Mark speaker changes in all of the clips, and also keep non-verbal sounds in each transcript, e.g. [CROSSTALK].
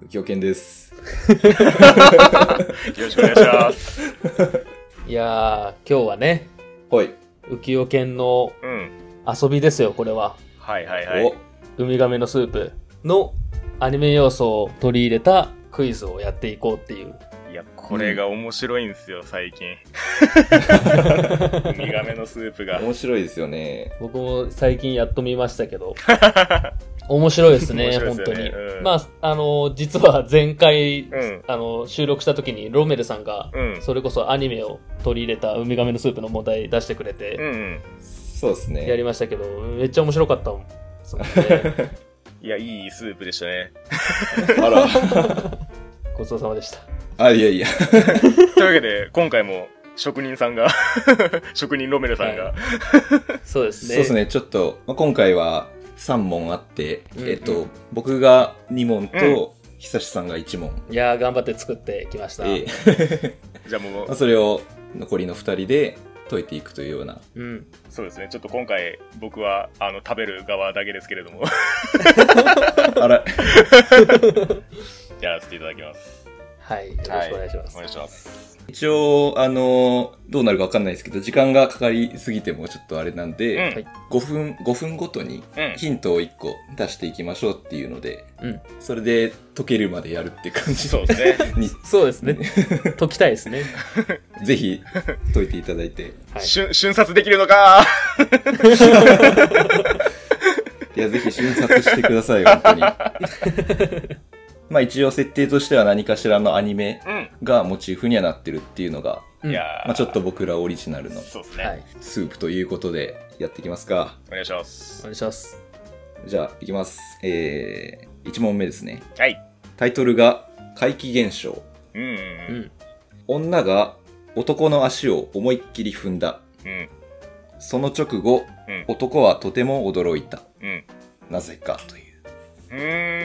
Speaker 1: 右京健です。
Speaker 2: よろしくお願いします。
Speaker 3: いやー、今日はね、
Speaker 1: はい。
Speaker 3: 浮世犬の
Speaker 2: うん。
Speaker 3: 遊びですよ、これは。
Speaker 2: はいはいはい。
Speaker 3: ウミガメのスープのアニメ要素を取り入れたクイズをやっていこうっていう。
Speaker 2: いや、これが面白いんですよ、最近。ウミガメのスープが
Speaker 1: お、。面白いですよね。
Speaker 3: 僕も最近やっと見ました
Speaker 2: [LAUGHS]
Speaker 3: けど。面白いですね、
Speaker 2: 面白い
Speaker 3: 本
Speaker 2: です
Speaker 3: 当
Speaker 2: よね。
Speaker 3: に
Speaker 2: うん
Speaker 3: まあ、あの、実は前回、
Speaker 2: うん
Speaker 3: あの、収録した時にロメルさんが、
Speaker 2: うん。
Speaker 3: それこそアニメを取り入れたウミガメのスープの問題出してくれて、
Speaker 2: うんうん。
Speaker 1: そうですね。
Speaker 3: やりましたけど、めっちゃ面白かったもん。そうね
Speaker 2: [LAUGHS] いや、いいスープでしたね。
Speaker 1: あら。 [LAUGHS]
Speaker 3: ごちそうさまでした。
Speaker 1: あ、いやいや。
Speaker 2: というわけで、今回も職人さんが、 [LAUGHS] 職人ロメルさんが、
Speaker 3: そうです
Speaker 1: そう
Speaker 3: ね。
Speaker 1: ですね。ちょっと、まあ、今回は3問あって、
Speaker 3: うん
Speaker 1: えっと、僕が2問と、久志さんが1問。
Speaker 3: いやー、頑張って作ってきました。
Speaker 1: ええ
Speaker 2: じゃあも
Speaker 1: まあ
Speaker 2: う、
Speaker 1: それを残りの2人で解いていくというような。
Speaker 3: うん。
Speaker 2: そうですね。ちょっと今回、僕は、あの、食べる側だけですけれども、 [LAUGHS]
Speaker 1: あら。 [LAUGHS]
Speaker 2: やらせていただきます。
Speaker 3: はい。よろしくお願いします。
Speaker 2: お願いします。
Speaker 1: 一応、あの、どうなるかわかんないですけど、時間がかかりすぎてもちょっとあれなん
Speaker 2: うん。
Speaker 1: で、
Speaker 3: はい
Speaker 1: 5分、5分ごとに
Speaker 2: うん。
Speaker 1: [LAUGHS] ヒントを1個出していきましょうっていうので、
Speaker 3: うん。
Speaker 1: それで解けるまでやるって感じ
Speaker 2: そうですね。
Speaker 1: に、
Speaker 3: そうで
Speaker 2: [LAUGHS]
Speaker 3: すね。解きたいですね。
Speaker 1: ぜひ解いていただいて。
Speaker 3: はい。
Speaker 2: 瞬瞬殺できるのか
Speaker 1: いや、ぜひ瞬殺してください、本当に。まあ一応設定としては何かしらのアニメ
Speaker 2: うん。
Speaker 1: がモチーフにはなってるっていうのが、
Speaker 3: うん
Speaker 2: いやー
Speaker 1: まあちょっと僕らオリジナルの
Speaker 2: そうですね。
Speaker 3: はい。
Speaker 1: スープということでやっていきますか。
Speaker 2: お願いします
Speaker 3: お。願いします。
Speaker 1: じゃあ、いきます。えー、1問目ですね。
Speaker 2: はい。
Speaker 1: タイトルが怪奇現象。
Speaker 2: うんうん
Speaker 3: う
Speaker 2: うん。
Speaker 3: ん。
Speaker 1: 女が男の足を思いっきり踏んだ。
Speaker 2: うん。
Speaker 1: その直後、
Speaker 2: うん
Speaker 1: 男はとても驚いた。
Speaker 2: うん。
Speaker 1: なぜかという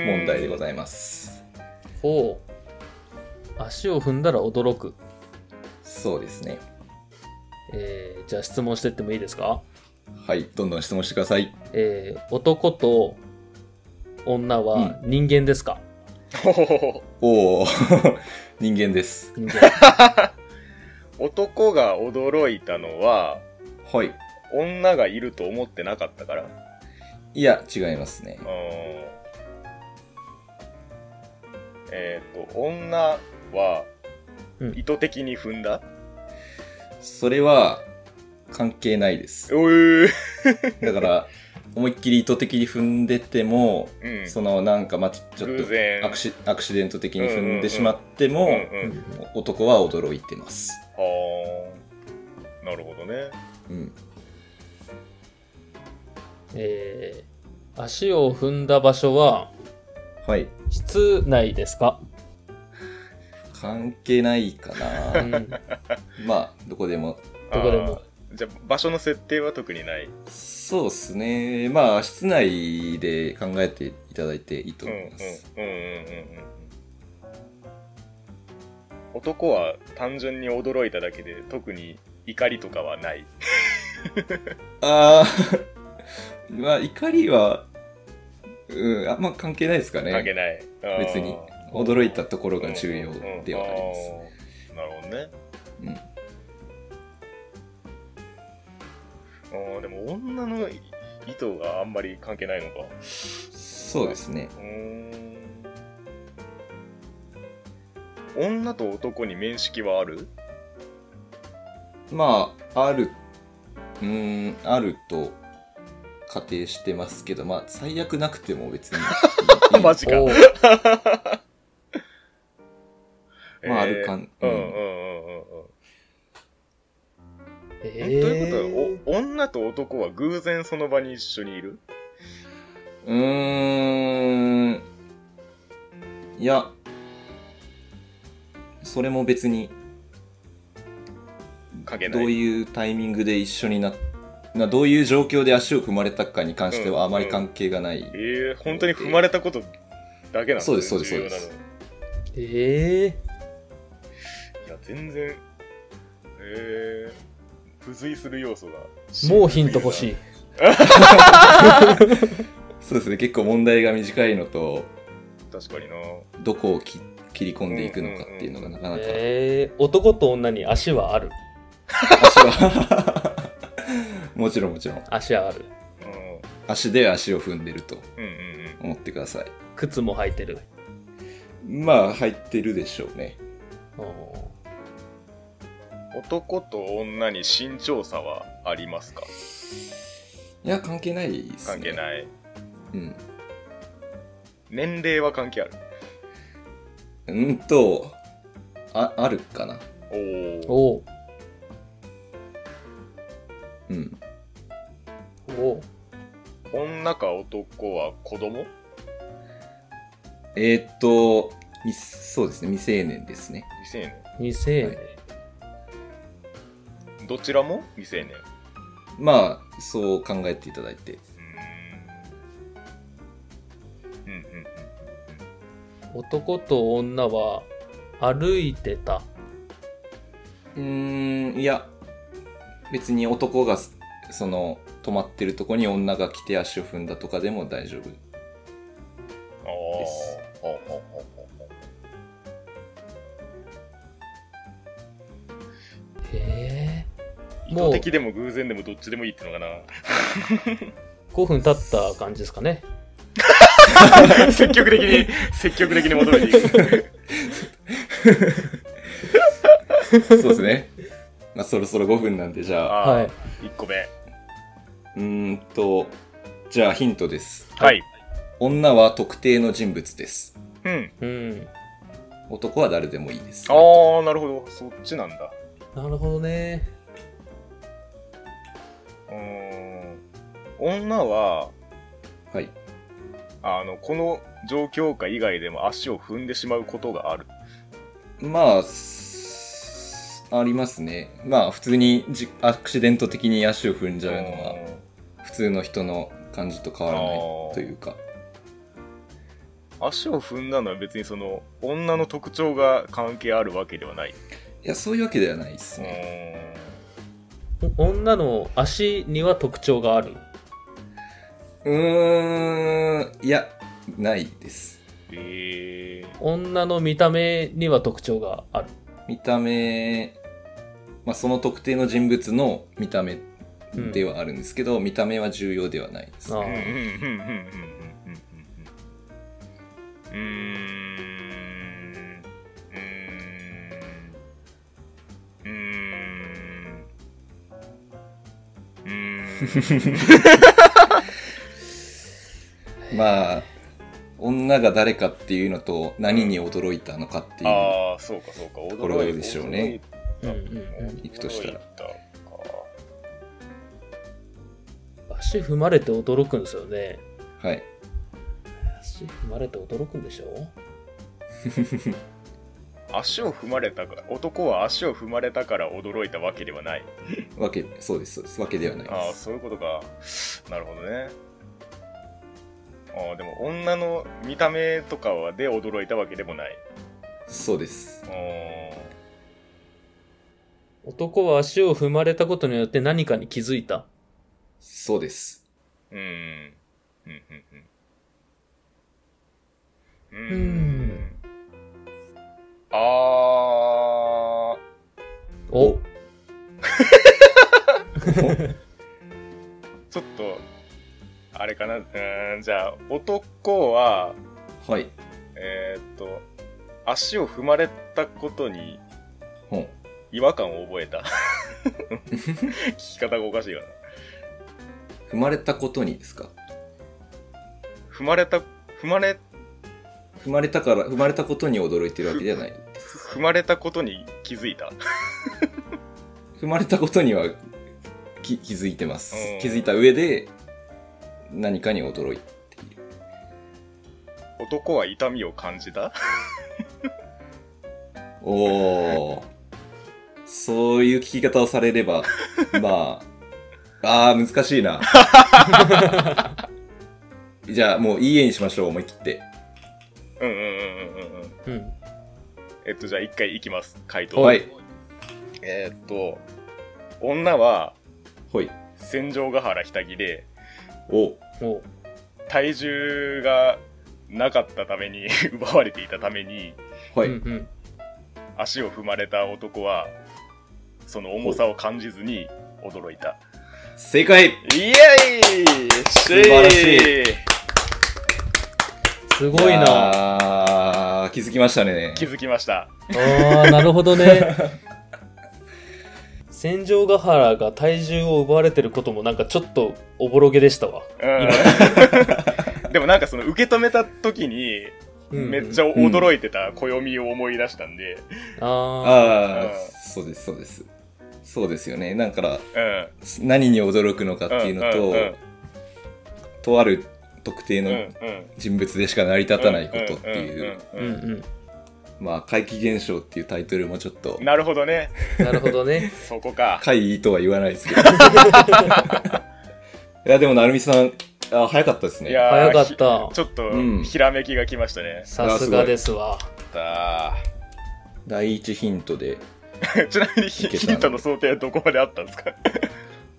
Speaker 1: 問
Speaker 2: 問
Speaker 1: 題でご
Speaker 2: い
Speaker 1: ざいます。
Speaker 3: ほう。足を踏んだら驚く。
Speaker 1: そうですね。
Speaker 3: えー、じゃあ質問してってもいいですか
Speaker 1: はい、どんどん質問してください。
Speaker 3: えー、男と女は人間ですか、
Speaker 2: ます。
Speaker 1: おお [LAUGHS] 人間です。
Speaker 2: [LAUGHS]
Speaker 3: 人間。
Speaker 2: 男が驚いたのは、
Speaker 1: はい。
Speaker 2: 女がいると思ってなかったから。う
Speaker 1: いや、違いますね
Speaker 2: ーん。えっ、と、女は
Speaker 3: うん
Speaker 2: 意図的に踏んだ、
Speaker 1: それは、関係ないです。
Speaker 2: おー
Speaker 1: だ
Speaker 2: [LAUGHS]
Speaker 1: から、思いっきり意図的に踏んでても、
Speaker 2: うん。
Speaker 1: そのなんか、まあ、ちょちょっ
Speaker 2: 偶
Speaker 1: と
Speaker 2: 然。
Speaker 1: アクシ、アクシデント的に踏んでしまっても、
Speaker 2: うんうん。
Speaker 1: 男は驚いてます。
Speaker 2: はあ。なるほどね。
Speaker 1: うん。
Speaker 3: えー、足を踏んだ場所は
Speaker 1: はい。
Speaker 3: 室内ですか、
Speaker 1: 関係ないか
Speaker 2: [LAUGHS]
Speaker 3: う
Speaker 1: な。
Speaker 3: ん、ど
Speaker 1: まあ、どこでも
Speaker 3: こで
Speaker 2: あ
Speaker 3: も。
Speaker 2: ー。じゃあ、場所の設定は特にない。
Speaker 1: そうですね。まあ、室内で考えていただいていいと
Speaker 2: うんうん
Speaker 1: 思います。
Speaker 2: うんうんうんうん男は単純に驚いただけで特に怒りとかはない
Speaker 1: ああ、 [LAUGHS] まあ、怒りは、うん、あんま関係ないですか
Speaker 2: 関係
Speaker 1: ね。
Speaker 2: ない
Speaker 1: 別に。驚いたところ
Speaker 2: こ
Speaker 1: が重要ではあります。
Speaker 2: なるほどね
Speaker 1: うん
Speaker 2: あーでも女の意図があんまり関係ないのか
Speaker 1: そうですね。
Speaker 2: うーん女と男に面識はある。
Speaker 1: まあ、ある、うん、あると仮定してますけど、まあ、最悪なくても別に
Speaker 2: [LAUGHS] マジか
Speaker 3: おー
Speaker 1: まあ、あるかん、
Speaker 2: えーう
Speaker 1: うん
Speaker 2: んうんうんうんうん
Speaker 3: え
Speaker 2: え
Speaker 3: ー、
Speaker 2: ということはお女と男は偶然その場に一緒にいる
Speaker 1: うーん。いや、それも別に、
Speaker 2: 関係な
Speaker 1: ど
Speaker 2: いう
Speaker 1: いうタイミングで一緒になっなどういう状況で足を踏まれたかに関して
Speaker 2: うん
Speaker 1: はあまり関係がない。
Speaker 2: ええ本当に踏まれたことだけなん
Speaker 1: そうですそうですそうです
Speaker 2: 重要なの
Speaker 3: えー、
Speaker 2: いや全然ええ付随する要素が
Speaker 3: もうヒント欲しい。
Speaker 1: そうですね、結構問題が短いのと、
Speaker 2: 確かにな。
Speaker 1: どこをき切り込んでいくのかっていうのがなかなか、
Speaker 3: えー、男と女に足はある
Speaker 1: 足は [LAUGHS] もちろんもちろん
Speaker 3: 足はある
Speaker 2: うん
Speaker 1: 足で足を踏んでると
Speaker 2: うんうんうん。
Speaker 1: 思ってください
Speaker 3: 靴も履いてる
Speaker 1: まあ入ってるでしょうね
Speaker 3: お
Speaker 2: 男と女に身長差はありますか
Speaker 1: いや関係ないです、ね、
Speaker 2: 関係
Speaker 1: い、
Speaker 2: ない。
Speaker 1: うん、
Speaker 2: 年齢は関係ある。
Speaker 1: うんとああるかな
Speaker 3: ー
Speaker 2: おお。
Speaker 3: お
Speaker 1: うん
Speaker 3: ーおー
Speaker 2: 女か男は子供
Speaker 1: えーっとみそうですね未成年ですね
Speaker 2: 未成年。
Speaker 3: 未成年、
Speaker 2: どちらも未成年。
Speaker 1: まあそう考えていただいて
Speaker 2: うーん。うんうんうん。
Speaker 3: 男と女は歩いてた
Speaker 1: うーんいや別に男がすその止まってるとこに女が来て足を踏んだとかでも大丈 [LAUGHS] 夫
Speaker 2: あ
Speaker 1: です
Speaker 2: あ。ほうほうほうほうほう
Speaker 3: へえ
Speaker 2: 意
Speaker 3: もう
Speaker 2: 図的でも偶然でもどっちでもいいってのかな。
Speaker 3: 5分経った感じですかね
Speaker 2: [LAUGHS] 積極的に、積極的に求めていく。
Speaker 1: そうですねまあそろそろ5分なんでじゃあ
Speaker 2: あー
Speaker 3: はい。
Speaker 2: 一個目。
Speaker 1: うーんとじゃあヒントです
Speaker 2: はい。
Speaker 1: 女は特定の人物です
Speaker 2: うん。
Speaker 3: うん
Speaker 1: 男は誰でもいいです
Speaker 2: ああ、なるほど。そっちなんだ。
Speaker 3: なるほどね
Speaker 2: うーん。女は、
Speaker 1: はい
Speaker 2: あの、この状況下以外でも足を踏んでしまうことがある。
Speaker 1: まあすありますねまあ普通にじアクシデント的に足を踏んじゃうのは普通の人の感じと変わらないというか
Speaker 2: うん足を踏んだのは別にその、女の特徴が関係あるわけではない。
Speaker 1: いやそういうわけではないですね
Speaker 3: お女の足には特徴がある
Speaker 1: うーんいやないです
Speaker 2: うーんえー
Speaker 3: 女の見た目には特徴がある
Speaker 1: 見た目、まあ、その特定の人物の見た目ではあるんですけど、見た目は重要ではないです
Speaker 3: あ
Speaker 2: うんうんう
Speaker 3: ー
Speaker 2: んうんうんうんうんうんうーんうーんうーんうーん
Speaker 1: まあ女が誰かっていうのと何に驚いたのかっていう
Speaker 2: ああそうかそうか驚い
Speaker 1: これでしょうね
Speaker 3: うんうんう
Speaker 1: 行くとしたら
Speaker 2: 驚いたか
Speaker 3: ん足踏まれて驚くんですよね
Speaker 1: はい
Speaker 3: 足踏まれて驚くんでしょ
Speaker 2: 足を踏まれたから男は足を踏まれたから驚いたわけではない
Speaker 1: わけそうですそうですわけではない
Speaker 2: あ
Speaker 1: で
Speaker 2: あ
Speaker 1: す
Speaker 2: そういうことかなるほどねああでも女の見た目とかはで驚いたわけでもない
Speaker 1: そうです
Speaker 2: ああ
Speaker 3: 男は足を踏まれたことによって何かに気づいた
Speaker 1: そうです
Speaker 2: うんうんうんうんうん
Speaker 3: うん
Speaker 2: あ
Speaker 3: お
Speaker 2: あちょっとあれかなうーんじゃあ男は
Speaker 1: はい
Speaker 2: えーっと足を踏まれたことに
Speaker 1: ほん
Speaker 2: 違和感を覚えた聞き方がおかしいかな
Speaker 1: 踏まれたことにですか
Speaker 2: 踏まれた踏まれ
Speaker 1: 踏まれたから踏まれたことに驚いてるわけではない
Speaker 2: 踏まれたことに気づいた
Speaker 1: 踏まれたことにはき気づいてます
Speaker 2: うん
Speaker 1: 気づいた上で何かに驚いている
Speaker 2: 男は痛みを感じた
Speaker 1: おおそういう聞き方をされればまああー難しいな [LAUGHS] じゃあもういい絵にしましょう思い切って
Speaker 2: うんうんうんうんうんうん
Speaker 3: うん
Speaker 2: えっとじゃあ一回いきます回答
Speaker 1: はい
Speaker 2: えーっと女は
Speaker 1: ほい
Speaker 2: 戦場ヶ原ひたぎで
Speaker 1: お
Speaker 3: お
Speaker 2: 体重がなかったために奪われていたために
Speaker 1: はい。
Speaker 3: うんうん
Speaker 2: 足を踏まれた男はその重さを感じずに驚いた
Speaker 1: 正解
Speaker 2: イエーイ素
Speaker 1: 晴らし
Speaker 2: い
Speaker 3: すごいな。あ
Speaker 1: な気づきましたね。
Speaker 2: 気づきました
Speaker 3: あー、なるほどね。 [LAUGHS] 戦場ヶ原が体重を奪われてることもなんかちょっとおぼろげでしたわ。
Speaker 2: うんでもなんかその受け止めた時に
Speaker 3: うんうん
Speaker 2: めっちゃ驚いてた暦を思い出したんで、
Speaker 3: あ
Speaker 1: ああ
Speaker 2: うん、
Speaker 1: そうです、そうです。そうですよね。だから、
Speaker 2: うん、
Speaker 1: 何に驚くのかっていうの
Speaker 2: うんうんうん
Speaker 1: と、とある特定
Speaker 2: うん
Speaker 1: の
Speaker 2: うん
Speaker 1: 人物でしか成り立たないことっていう、
Speaker 3: あ。
Speaker 2: ん
Speaker 3: うん
Speaker 2: んん
Speaker 3: うん。
Speaker 1: まあ、怪奇現象っていうタイトルもちょっと、
Speaker 2: なるほどね
Speaker 3: なるほどね。
Speaker 2: [LAUGHS] そこか
Speaker 1: 怪異とは言わないです
Speaker 2: [LAUGHS]
Speaker 1: けど。いや、でも、なるみさん、あ早かったですね。
Speaker 2: いやー
Speaker 3: 早かった
Speaker 2: ひちょっと
Speaker 1: うん
Speaker 2: ひらめきがきましたね、
Speaker 3: さすがですわ。
Speaker 2: だ
Speaker 1: 第一ヒントで。
Speaker 2: ー [LAUGHS] ちなみにヒ
Speaker 1: いけた
Speaker 2: ヒントの想定はどこまであったんですか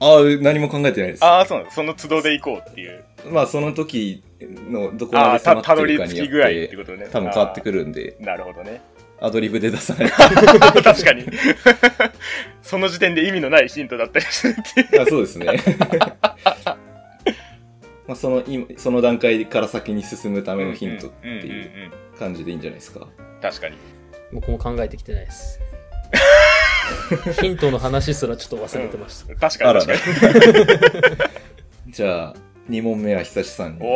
Speaker 1: ああ、何も考えてないです。
Speaker 2: ああそうなんですその都度で行こうっていう
Speaker 1: まあ、その時のどこ
Speaker 2: あ
Speaker 1: ま
Speaker 2: あ
Speaker 1: で
Speaker 2: た
Speaker 1: 迫
Speaker 2: た
Speaker 1: っ
Speaker 2: ど
Speaker 1: て
Speaker 2: り
Speaker 1: るか
Speaker 2: 着
Speaker 1: によ
Speaker 2: き
Speaker 1: っ
Speaker 2: 具合って
Speaker 1: て、
Speaker 2: ことね
Speaker 1: 多分変わって
Speaker 2: る
Speaker 1: くるんで、
Speaker 2: なるほどね [LAUGHS]
Speaker 1: アドリブで出さない。
Speaker 2: 確かに [LAUGHS] その時点で意味のないヒントだったりするっていう
Speaker 1: あそうですね。 [LAUGHS] まあその今その段階から先に進むためのヒントっていうん
Speaker 2: んんん
Speaker 1: 感じでいいんじゃないですか。
Speaker 2: 確かに
Speaker 3: 僕も考えてきてないです。ヒントの話すらちょっと忘れてました。
Speaker 2: 確か
Speaker 1: あ
Speaker 2: に
Speaker 1: ら
Speaker 2: 確かに
Speaker 1: じゃあ、2問目は久しさんにお
Speaker 2: お、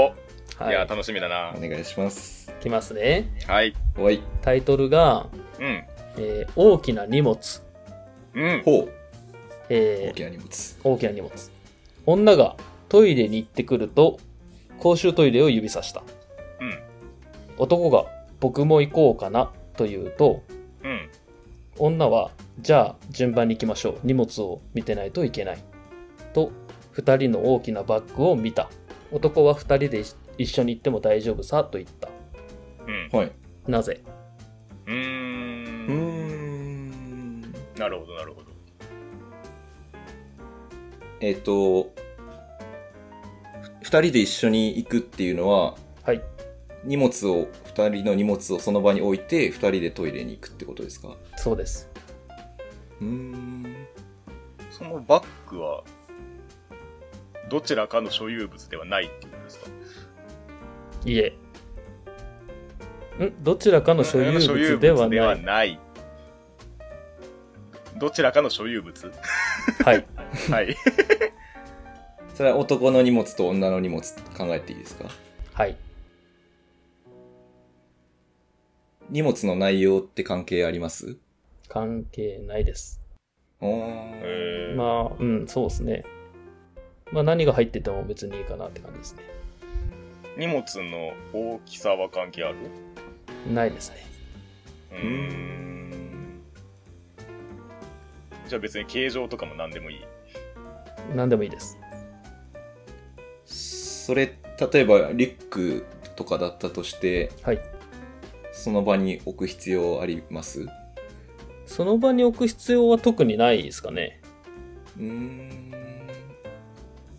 Speaker 2: い、や
Speaker 3: はい。
Speaker 2: 楽しみだな
Speaker 1: 願いします。
Speaker 3: いきますね。
Speaker 2: はい
Speaker 1: おい、
Speaker 3: タイトルが、
Speaker 2: うん
Speaker 3: えー大きな荷物。
Speaker 2: うん
Speaker 1: ほう、大
Speaker 3: えー
Speaker 1: きな荷物。
Speaker 3: 大きな荷物。女がトイレに行ってくると、公衆トイレを指さした。
Speaker 2: うん
Speaker 3: 男が、僕も行こうかな、と言うと、
Speaker 2: うん
Speaker 3: 女は、じゃあ順番に行きましょう。荷物を見てないといけない。と、二人の大きなバッグを見た。男は二人で一緒に行っても大丈夫さ、と言った。
Speaker 2: うん
Speaker 1: はい。
Speaker 3: なぜ
Speaker 2: うー
Speaker 1: うー
Speaker 2: ん
Speaker 1: ん。
Speaker 2: なるほどなるほど
Speaker 1: えっ、と、2人で一緒に行くっていうのは、
Speaker 3: はい。
Speaker 1: 荷物を、2人の荷物をその場に置いて、2人でトイレに行くってことですか
Speaker 3: そうです。
Speaker 1: うーん。
Speaker 2: そのバッグはどちらかの所有物ではないっていうことですか
Speaker 3: いえ。んどちらかの所有物では
Speaker 2: 所有
Speaker 3: ない。
Speaker 2: ないどちらかの所有
Speaker 3: [LAUGHS]
Speaker 2: 物
Speaker 3: はい。
Speaker 2: はい
Speaker 1: それは男の荷物と女の荷物考えていいですか
Speaker 3: はい。
Speaker 1: 荷物の内容って関係あります
Speaker 3: 関係ないです。
Speaker 1: おー
Speaker 2: えー
Speaker 3: まあ、うん、そうですね。まあ何が入ってても別にいいかなって感じですね。
Speaker 2: 荷物の大きさは関係ある
Speaker 3: ないですね。
Speaker 2: う
Speaker 1: う
Speaker 2: ー
Speaker 1: ー
Speaker 2: ん
Speaker 1: ん
Speaker 2: じゃあ別に形状とかも何でもいい
Speaker 3: 何でもいいです。
Speaker 1: それ例えばリュックとかだったとして
Speaker 3: はい。
Speaker 1: その場に置く必要ありますう
Speaker 3: その場に置く必要は特にないですかね。
Speaker 1: ーん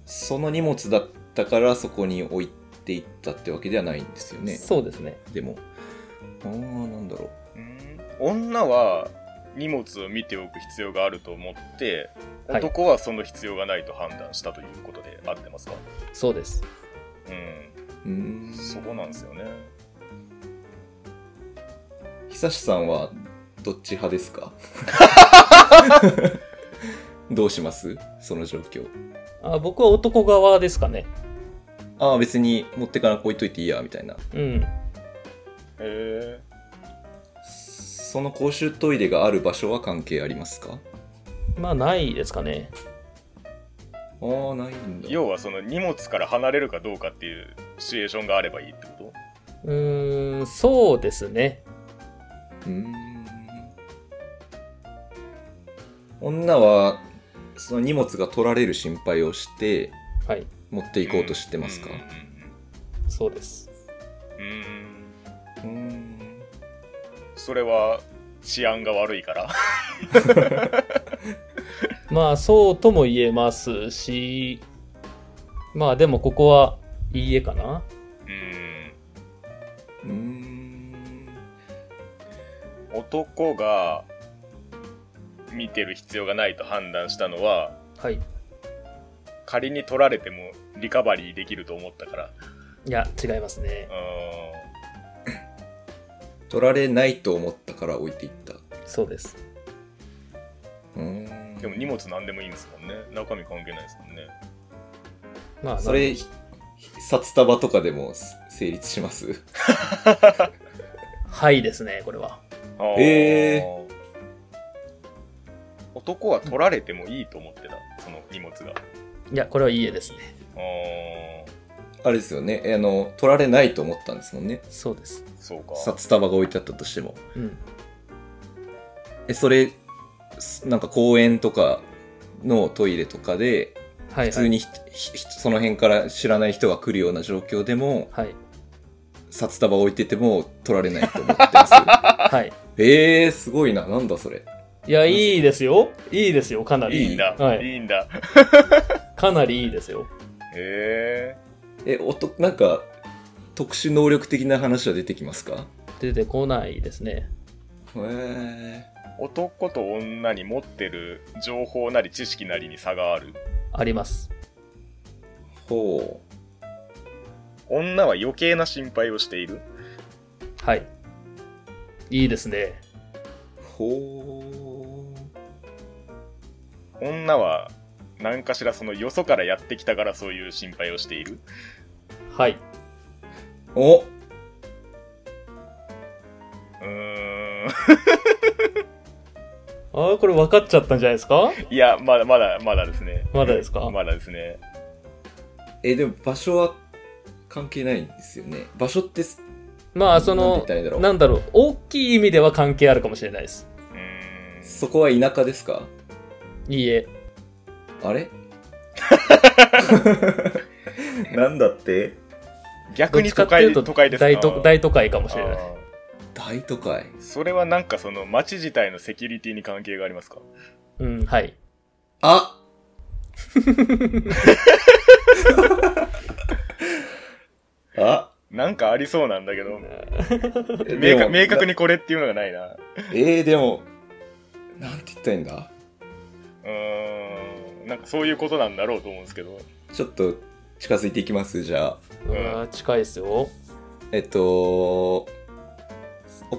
Speaker 1: その荷物だったからそこに置いていったってわけではないんですよね
Speaker 3: そうですね。
Speaker 1: でもああなんだろう
Speaker 2: うーん女は荷物を見ておく必要があると思って
Speaker 3: はい
Speaker 2: 男はその必要がないと判断したということで合ってますか、
Speaker 3: そうです。
Speaker 2: う
Speaker 1: うーん
Speaker 2: んそこなんですよね
Speaker 1: 久志さんはどっち派です [LAUGHS] かどうしますその状況
Speaker 3: あ僕は男側ですかね。
Speaker 1: ああ別に持ってから置いといていいやみたいな
Speaker 3: うん。
Speaker 2: へ
Speaker 1: その公衆トイレがある場所は関係ありますか
Speaker 3: まあないですかね。
Speaker 1: ああないん
Speaker 2: え
Speaker 1: だ
Speaker 2: 要はその荷物から離れるかどうかっていうシチュエーションがあればいいってこ
Speaker 3: うーん、そうですね。
Speaker 1: うーん女はその荷物が取られる心配をして
Speaker 3: はい。
Speaker 1: 持って
Speaker 2: と
Speaker 1: いこうとしてますか
Speaker 3: そうです。
Speaker 2: うんうんうんうん
Speaker 1: うーん
Speaker 2: それは治安が悪いから
Speaker 3: まあそうとも言えますし、まあでもここはいいえかな。
Speaker 2: うん男が見てる必要がないと判断したのは、
Speaker 3: はい。い
Speaker 2: 仮に取られてもリカバリーできると思ったから。
Speaker 3: や、違いますね
Speaker 2: う。ー
Speaker 1: 取られないと思ったから置いていった。
Speaker 3: そうです。
Speaker 1: うーん
Speaker 2: ん。でも荷物何でもいいんですもんね。中身関係ないですもんね。
Speaker 3: まあ、
Speaker 1: それ、ひ札束とかでも成立します [LAUGHS]
Speaker 3: はいですね、これは。
Speaker 2: あー
Speaker 1: え
Speaker 2: 男は取られてもいいと思ってた、その荷物が。
Speaker 3: いや、これはいいえですね。
Speaker 2: あー
Speaker 1: あれですよね。えあの、取られないと思ったんですもんね。
Speaker 3: そうです。
Speaker 2: そうか。
Speaker 1: 札束が置いてあったとしても。
Speaker 3: うん。
Speaker 1: え、それ、すなんか公園とかのトイレとかで、
Speaker 3: はい、はい。
Speaker 1: 普通にひ、ひひその辺から知らない人が来るような状況でも、
Speaker 3: はい。
Speaker 1: 札束置いてても取られないと思って
Speaker 3: [LAUGHS]
Speaker 1: ます。
Speaker 3: はい。
Speaker 1: えー、すごいな。なんだそれ。
Speaker 3: いや、いいですよ。いいですよ、かないり。
Speaker 2: いんだ。、
Speaker 3: はいい。
Speaker 2: いんだ。
Speaker 3: かなりいいですよ。
Speaker 2: へ
Speaker 1: え、おと、なんか、特殊能力的な話は出てきますか
Speaker 3: 出てこないですね。
Speaker 1: へえ。
Speaker 2: え。男と女に持ってる情報なり知識なりに差がある。
Speaker 3: あります。
Speaker 1: ほ
Speaker 2: 女は余計な心配をしている。
Speaker 3: はい。いいですね。
Speaker 1: う。ほう。
Speaker 2: 女は何かしらそのよそからやってきたからそういう心配をしている。
Speaker 3: はい。
Speaker 1: お
Speaker 2: うーん。
Speaker 3: ああ、これ分かっちゃったんじゃないですか
Speaker 2: いや、まだまだ、まだですね。
Speaker 3: まだですか
Speaker 2: まだですね。
Speaker 1: え、でも場所は関係ないんですよね。場所ってす、
Speaker 3: まあ、そ
Speaker 1: なんて
Speaker 3: の
Speaker 1: 言ったらいいんだろ、う
Speaker 3: なんだろう、大きい意味では関係あるかもしれないです。
Speaker 2: うーん。
Speaker 1: そこは田舎ですか
Speaker 3: いいえ。
Speaker 1: あれ [LAUGHS] なんだって
Speaker 2: 逆に
Speaker 3: どっ
Speaker 2: 都
Speaker 3: ちかっ
Speaker 2: 会
Speaker 3: ていうと
Speaker 2: 都会です
Speaker 3: 大
Speaker 2: か
Speaker 3: 都大都会かもしれない。
Speaker 2: あ
Speaker 1: 大都会。
Speaker 2: ーそれはなんかその街自体のセキュリティに関係がありますか
Speaker 3: うん、はい。
Speaker 1: あ [LAUGHS] あ
Speaker 2: なんかありそうなんだけど、
Speaker 1: え
Speaker 2: 明
Speaker 1: でも
Speaker 2: 確明確にこれっていうのがないな。
Speaker 1: えー、でも、なんて言ったらいいんだ
Speaker 2: うーん。なんかそういうことなんだろうと思うんですけど。
Speaker 1: ちょっと近づいていきます、じゃあ。
Speaker 3: うわー近いですよ。
Speaker 1: えっと、お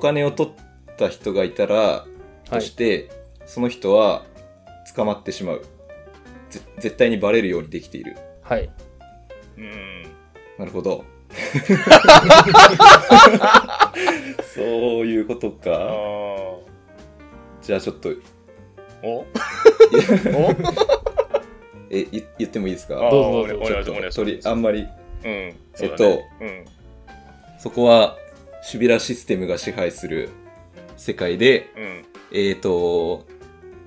Speaker 1: 金を取った人がいたら、
Speaker 3: は
Speaker 1: と
Speaker 3: い
Speaker 1: し。て、その人は捕まってしまう。ぜ絶対にバレるようにできている。
Speaker 3: はい。
Speaker 2: うーん。
Speaker 1: なるほ
Speaker 2: [LAUGHS]
Speaker 1: ど。そういうこと
Speaker 2: あ
Speaker 1: か。
Speaker 2: ー
Speaker 1: じゃあちょっと、
Speaker 2: お
Speaker 1: え、言言ってもいいです
Speaker 2: あー
Speaker 1: か
Speaker 3: どうぞどうぞ
Speaker 2: お
Speaker 1: ちょっ
Speaker 2: 願い
Speaker 1: と
Speaker 2: しますお願いし
Speaker 1: 取り、
Speaker 2: ま
Speaker 1: あんまり、
Speaker 2: す。うん。
Speaker 1: えっ
Speaker 2: そうだね
Speaker 1: と、そこは、シビラシステムが支配する世界で、
Speaker 2: うん。うん。
Speaker 1: えー、と、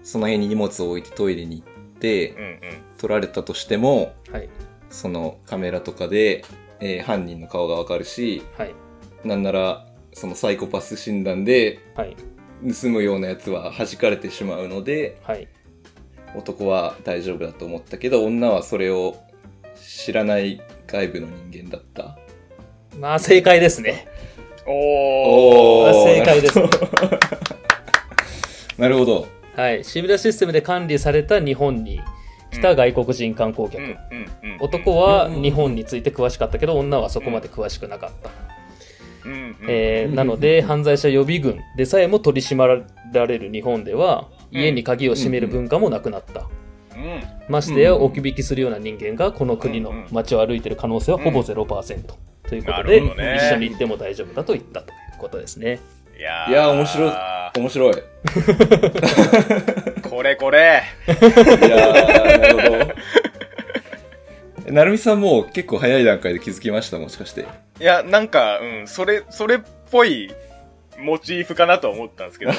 Speaker 1: その辺に荷物を置いてトイレに行って
Speaker 2: う、ん。うん。
Speaker 1: 取られたとしても、
Speaker 3: はい。
Speaker 1: そのカメラとかで、えー犯人の顔がわかるし、
Speaker 3: はい。
Speaker 1: なんなら、そのサイコパス診断で、
Speaker 3: はい。
Speaker 1: 盗むようなやつは弾かれてしまうので、
Speaker 3: はい。
Speaker 1: 男は大丈夫だと思ったけど、女はそれを知らない外部の人間だった。
Speaker 3: まあ、正解ですね。
Speaker 2: おー。
Speaker 3: ー正解で
Speaker 1: な
Speaker 3: す
Speaker 1: るほど。 [LAUGHS] なるほど。
Speaker 3: はい。シビラシステムで管理された日本に来た外国人観光
Speaker 2: う
Speaker 3: 客。
Speaker 2: んうんうん。
Speaker 3: 男
Speaker 2: は、
Speaker 3: は日本について詳しかったけど、女はそこまで詳しくなかった。
Speaker 2: うんうん
Speaker 3: え
Speaker 1: う
Speaker 3: ー
Speaker 1: ん
Speaker 3: なので犯罪者予備軍でさえも取り締まられる日本では
Speaker 2: うん
Speaker 3: 家に鍵を閉める文化もなくなった、
Speaker 2: うん。
Speaker 3: ましてや
Speaker 1: うん
Speaker 3: 置き引きするような人間がこの国の街を歩いてる可能性はほぼ0%、ということ
Speaker 2: なる
Speaker 3: で、
Speaker 2: ほどね
Speaker 3: 一緒に行っても大丈夫だと言ったということですね
Speaker 2: いや
Speaker 1: いやー面白い
Speaker 2: い。
Speaker 1: 面白い。い
Speaker 2: これこれ。
Speaker 1: やー、なるほど。なるみさんも結構早い段階で気づきました、もしかして。
Speaker 2: いや、なんか、うん、それ、それっぽいモチーフかなとは思ったんですけど。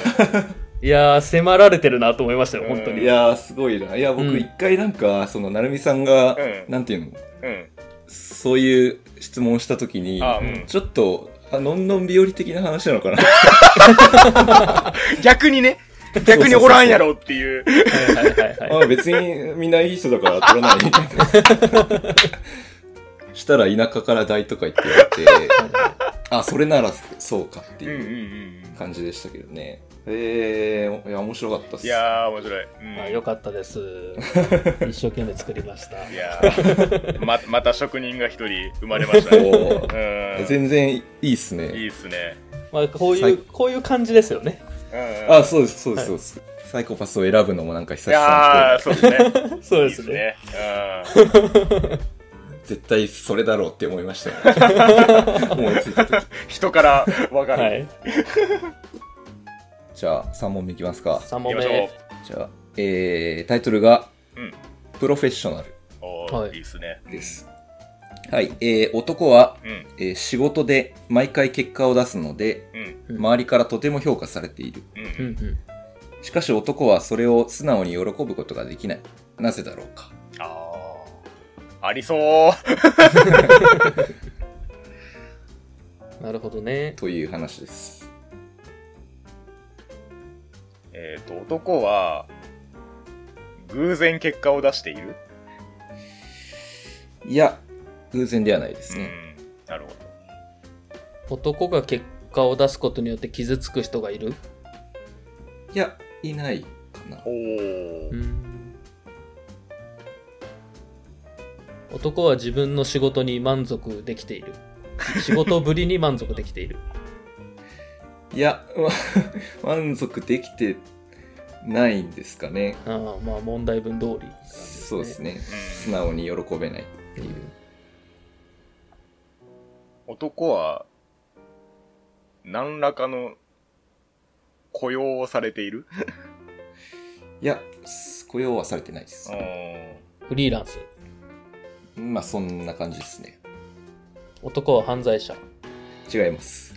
Speaker 3: いやー迫られてるなと思いましたよ本当
Speaker 2: うん
Speaker 3: に、
Speaker 1: いやー、すごいな。いや、
Speaker 3: うん
Speaker 1: 僕一回なんか、その、なるみさんが、
Speaker 2: うん
Speaker 1: なんていうの、
Speaker 2: うん。
Speaker 1: そういう質問をしたときに、
Speaker 2: あ、うん。
Speaker 1: ちょっと、あのんのんびより的な話なのかな。
Speaker 2: 逆にね、逆におらんやろっていう。
Speaker 3: はいはいはい、はい、
Speaker 1: あ別にみんないい人だから取らないみたい [LAUGHS] [LAUGHS] な。したら田舎から大都会って言われて、あ、それならそうかって
Speaker 2: うんうんう
Speaker 1: いうん
Speaker 2: うん。
Speaker 1: 感じでしたけどね。えー、いや、面白かったっす。
Speaker 2: いやー、面白い。うん、
Speaker 3: あよかったです。 [LAUGHS] 一生懸命作りました。
Speaker 2: いやーま、また職人が一人生まれましたね。
Speaker 1: おー
Speaker 2: うん。
Speaker 1: 全然いいっす
Speaker 2: い
Speaker 1: ね。
Speaker 2: いっすね。
Speaker 3: まあ、こうい
Speaker 1: 最
Speaker 3: う、こういう感じですよね。
Speaker 2: うんうん、
Speaker 1: あ、そうです、そうです、
Speaker 3: はい
Speaker 1: そうです。サイコパスを選ぶのもなんか久
Speaker 2: い
Speaker 1: し
Speaker 2: や
Speaker 1: さ
Speaker 2: ー、そうですね。いい
Speaker 3: [LAUGHS] [LAUGHS] そうで
Speaker 2: っ
Speaker 3: す
Speaker 2: す
Speaker 3: ね。
Speaker 2: ね。うん。
Speaker 1: んで、絶対それだろうって思いました
Speaker 2: [LAUGHS]
Speaker 1: ね。思いついた時。
Speaker 2: 人からわかる。
Speaker 3: はい。
Speaker 1: じゃあ、3問目いきますか。
Speaker 3: 3
Speaker 2: 行
Speaker 3: 問
Speaker 2: きましょ
Speaker 3: 目。
Speaker 1: じゃあ、えー、タイトルが、
Speaker 2: うん
Speaker 1: プロフェッショナル
Speaker 2: う。おー
Speaker 3: はい
Speaker 2: い、いっすね。
Speaker 1: です。はい、えー、男は、
Speaker 2: うん。
Speaker 1: えー仕事で毎回結果を出すので、
Speaker 2: うん。
Speaker 3: うん
Speaker 1: 周りからとても評価されている。
Speaker 2: う
Speaker 3: うん
Speaker 2: ん。
Speaker 3: うん。
Speaker 1: しかし男はそれを素直に喜ぶことができない。なぜだろうか。
Speaker 2: あー。ありそう。
Speaker 3: なるほどね。
Speaker 1: という話です。
Speaker 2: えっ、と、男は、偶然結果を出している。
Speaker 1: いや、偶然ではないです
Speaker 2: う
Speaker 1: ね。
Speaker 2: ん。なるほど。
Speaker 3: 男が結果を出すことによって傷つく人がいる。
Speaker 1: いや、いないかな。
Speaker 2: お
Speaker 3: う
Speaker 2: ー。
Speaker 3: ん。男は自分の仕事に満足できている。仕事ぶりに満足できている。
Speaker 1: いや、 [LAUGHS] ま満足できてないんですかね。
Speaker 3: [LAUGHS] ああ、まあ問題文通り、
Speaker 1: そうです
Speaker 3: ね。
Speaker 1: ね。素直に喜べないっていう。
Speaker 2: 男は、何らかの雇用をされている。
Speaker 1: いや、す雇用はされてないです。
Speaker 3: フリーランス。
Speaker 1: まあ、そんな感じですね。
Speaker 3: 男は犯罪者。
Speaker 1: 違います。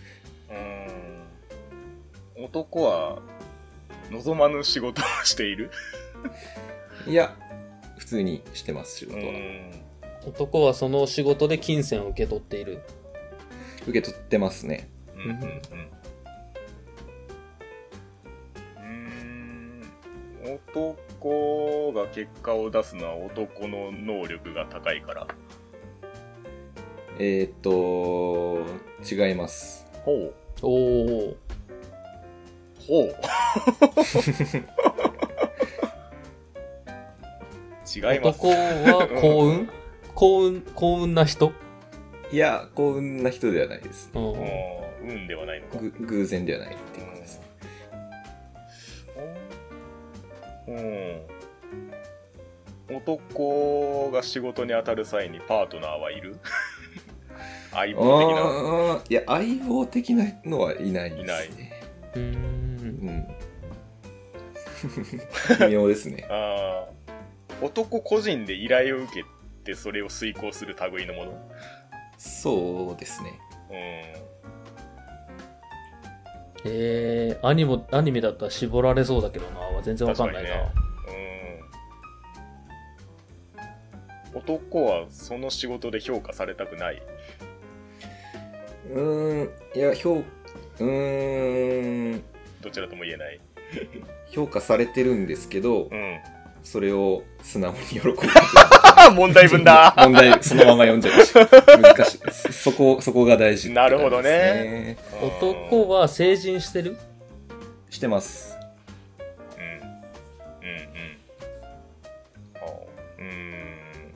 Speaker 2: うん。男は、望まぬ仕事をしている。
Speaker 1: いや、普通にしてます、仕事は。
Speaker 3: 男はその仕事で金銭を受け取っている。
Speaker 1: 受け取ってますね。
Speaker 2: うんうんうんうーん男が結果を出すのは男の能力が高いから。
Speaker 1: えー、っと、違います。
Speaker 2: ほう。
Speaker 3: おお。
Speaker 2: ほ [LAUGHS] う。違います。
Speaker 3: 男は幸運幸運、幸運な人、
Speaker 1: いや、幸運な人ではないです。
Speaker 3: うん
Speaker 2: うん運ではないのか。
Speaker 1: ぐ偶然ではないっていうことです。
Speaker 2: うん。男が仕事に当たる際にパートナーはいる [LAUGHS] 相
Speaker 1: あ
Speaker 2: 棒的な。
Speaker 1: ーいや、相棒的なのはいないです、ね。
Speaker 2: いない
Speaker 3: う
Speaker 1: う
Speaker 3: ん
Speaker 1: ん。微 [LAUGHS] 妙ですね。
Speaker 2: あー男個人で依頼を受けてそれを遂行する類のもの
Speaker 1: そうですね。
Speaker 2: う
Speaker 3: えー、アニメ、アニメだったら絞られそうだけどな。全然わかんないな。
Speaker 2: 確ん、うん、男はその仕事で評価されたくないう
Speaker 1: ーん、いや、評、うーん、
Speaker 2: どちらとも言えない
Speaker 1: 評価されてるんですけど
Speaker 2: う、ん
Speaker 1: それを素直に喜ぶ。
Speaker 2: あ問題文だ
Speaker 1: 問題、そのまま読んじゃいました。難しい。そそこ、そこが大事って感じです、
Speaker 2: なるほどね
Speaker 3: 男は成人してる
Speaker 1: してます。
Speaker 2: うんうんうんあーうーん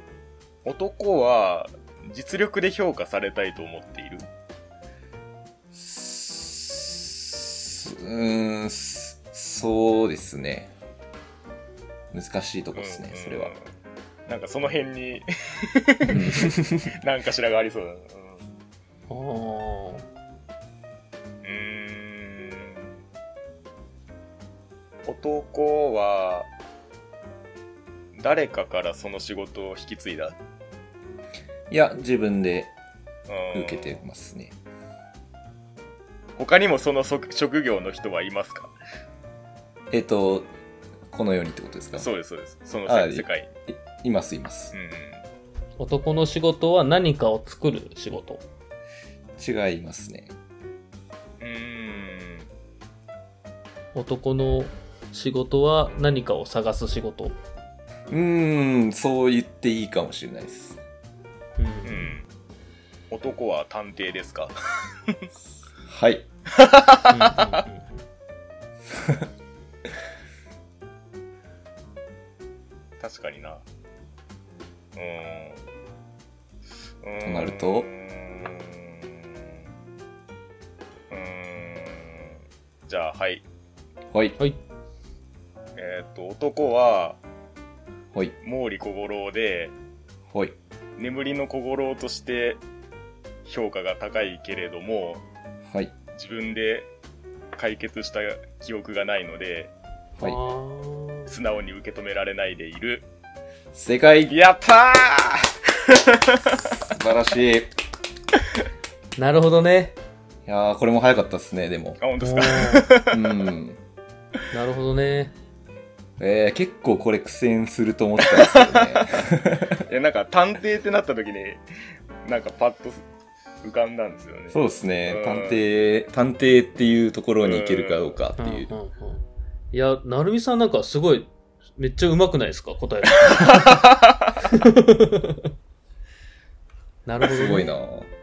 Speaker 2: 男は実力で評価されたいと思っている
Speaker 1: すうーん、すそうですね。難しいとこですね、それは。
Speaker 2: なんかその辺になんかしらがありそうだな、うん
Speaker 3: あー
Speaker 2: うーん男は誰かからその仕事を引き継いだ
Speaker 1: いや、自分で
Speaker 2: うん
Speaker 1: 受けてますね。
Speaker 2: 他にもその職職業の人はいますか
Speaker 1: えっ、と、このようにってことですか
Speaker 2: そうですそうですその
Speaker 1: あ
Speaker 2: 世世界
Speaker 1: います、います
Speaker 2: う。ん
Speaker 3: 男の仕事は何かを作る仕事。
Speaker 1: 違いますね。
Speaker 2: うーん
Speaker 3: 男の仕事は何かを探す仕事。
Speaker 1: うーん、そう言っていいかもしれないです。
Speaker 3: うん
Speaker 2: うん男は探偵ですか [LAUGHS]
Speaker 1: はい。
Speaker 3: うんうん
Speaker 2: 確かにな。うーん。うーん
Speaker 1: となると
Speaker 2: うーん。じゃあ、はい。
Speaker 1: はい。
Speaker 3: はい。
Speaker 2: えっ、と、男は、
Speaker 1: はい。
Speaker 2: 毛利小五郎で、
Speaker 1: はい。
Speaker 2: 眠りの小五郎として評価が高いけれども、
Speaker 1: はい。
Speaker 2: 自分で解決した記憶がないので、
Speaker 1: はい。
Speaker 3: い。
Speaker 2: 素直に受け止められないでいる。
Speaker 1: 正解素
Speaker 2: やった
Speaker 1: 晴らしい。い
Speaker 3: なるほどね。
Speaker 1: やー、これも早かったっすね、でも
Speaker 2: ー。あ、本当ですか。 [LAUGHS]
Speaker 1: うん。
Speaker 3: なるほどね。
Speaker 1: えー、結構これ苦戦すると思ったんですけどね。
Speaker 2: [LAUGHS] え、なんか探偵ってなった時に、なんかパッと浮かんだんですよね。
Speaker 1: そうですね
Speaker 2: う。ん
Speaker 1: 探偵、探偵っていうところに行けるかどうかって
Speaker 3: うんうんう
Speaker 1: い
Speaker 3: ん
Speaker 1: う。
Speaker 3: いや、なるみさんなんかすごい、めっちゃうまくないですか答える。なるほど、ね。
Speaker 1: [LAUGHS] すごいな。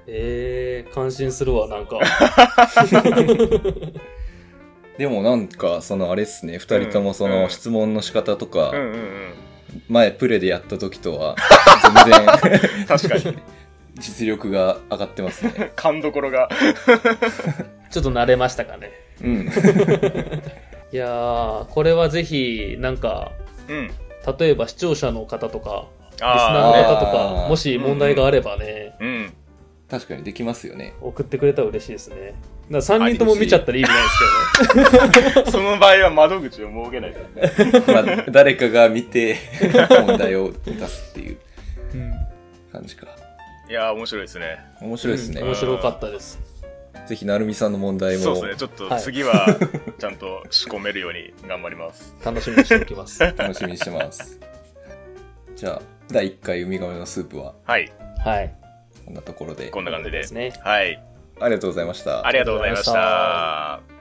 Speaker 3: えー、感心するわ、なんか。
Speaker 1: でもなんか、そのあれっすね、二人ともそ
Speaker 2: うん
Speaker 1: の質問の仕方とか、
Speaker 2: うんうん
Speaker 1: 前プレでやった時とは、全然 [LAUGHS]
Speaker 2: うん。確かに。
Speaker 1: 実力が上がってますね。
Speaker 2: 勘どころが。
Speaker 3: ちょっと慣れましたかね。
Speaker 1: うん。
Speaker 3: いやー、これはぜひ、なんか、
Speaker 2: うん。
Speaker 3: 例えば視聴者の方とか、リスナ
Speaker 2: あ
Speaker 3: ー
Speaker 2: あ。
Speaker 3: の方とか
Speaker 1: あ、ー
Speaker 3: もし問題があればね、
Speaker 2: うん。
Speaker 1: 確かにできますよね。 [LAUGHS]
Speaker 3: 送ってくれたら嬉しいですね。だ3人とも見ちゃったら意味ないですけどね。
Speaker 2: その場合は窓口を設けないですね。
Speaker 1: まあ、誰かが見て [LAUGHS] 問題を出すっていう感じか
Speaker 2: いやー、面白いですね。
Speaker 1: 面白いですね、
Speaker 3: うん面白かったです。
Speaker 1: ぜひなるみさんの問題も
Speaker 2: そうですね。ちょっと
Speaker 3: はい
Speaker 2: 次は、ちゃんと仕込めるように頑張ります。
Speaker 3: 楽しみにしておきます。
Speaker 1: 楽しみにしてますじゃあ第1回ウミガメのスープは
Speaker 2: はい。
Speaker 3: はい。
Speaker 1: こんなところで
Speaker 2: こんな感じで。
Speaker 3: ですね。
Speaker 2: はい。
Speaker 1: ありがとうございました
Speaker 2: ありがとうございました。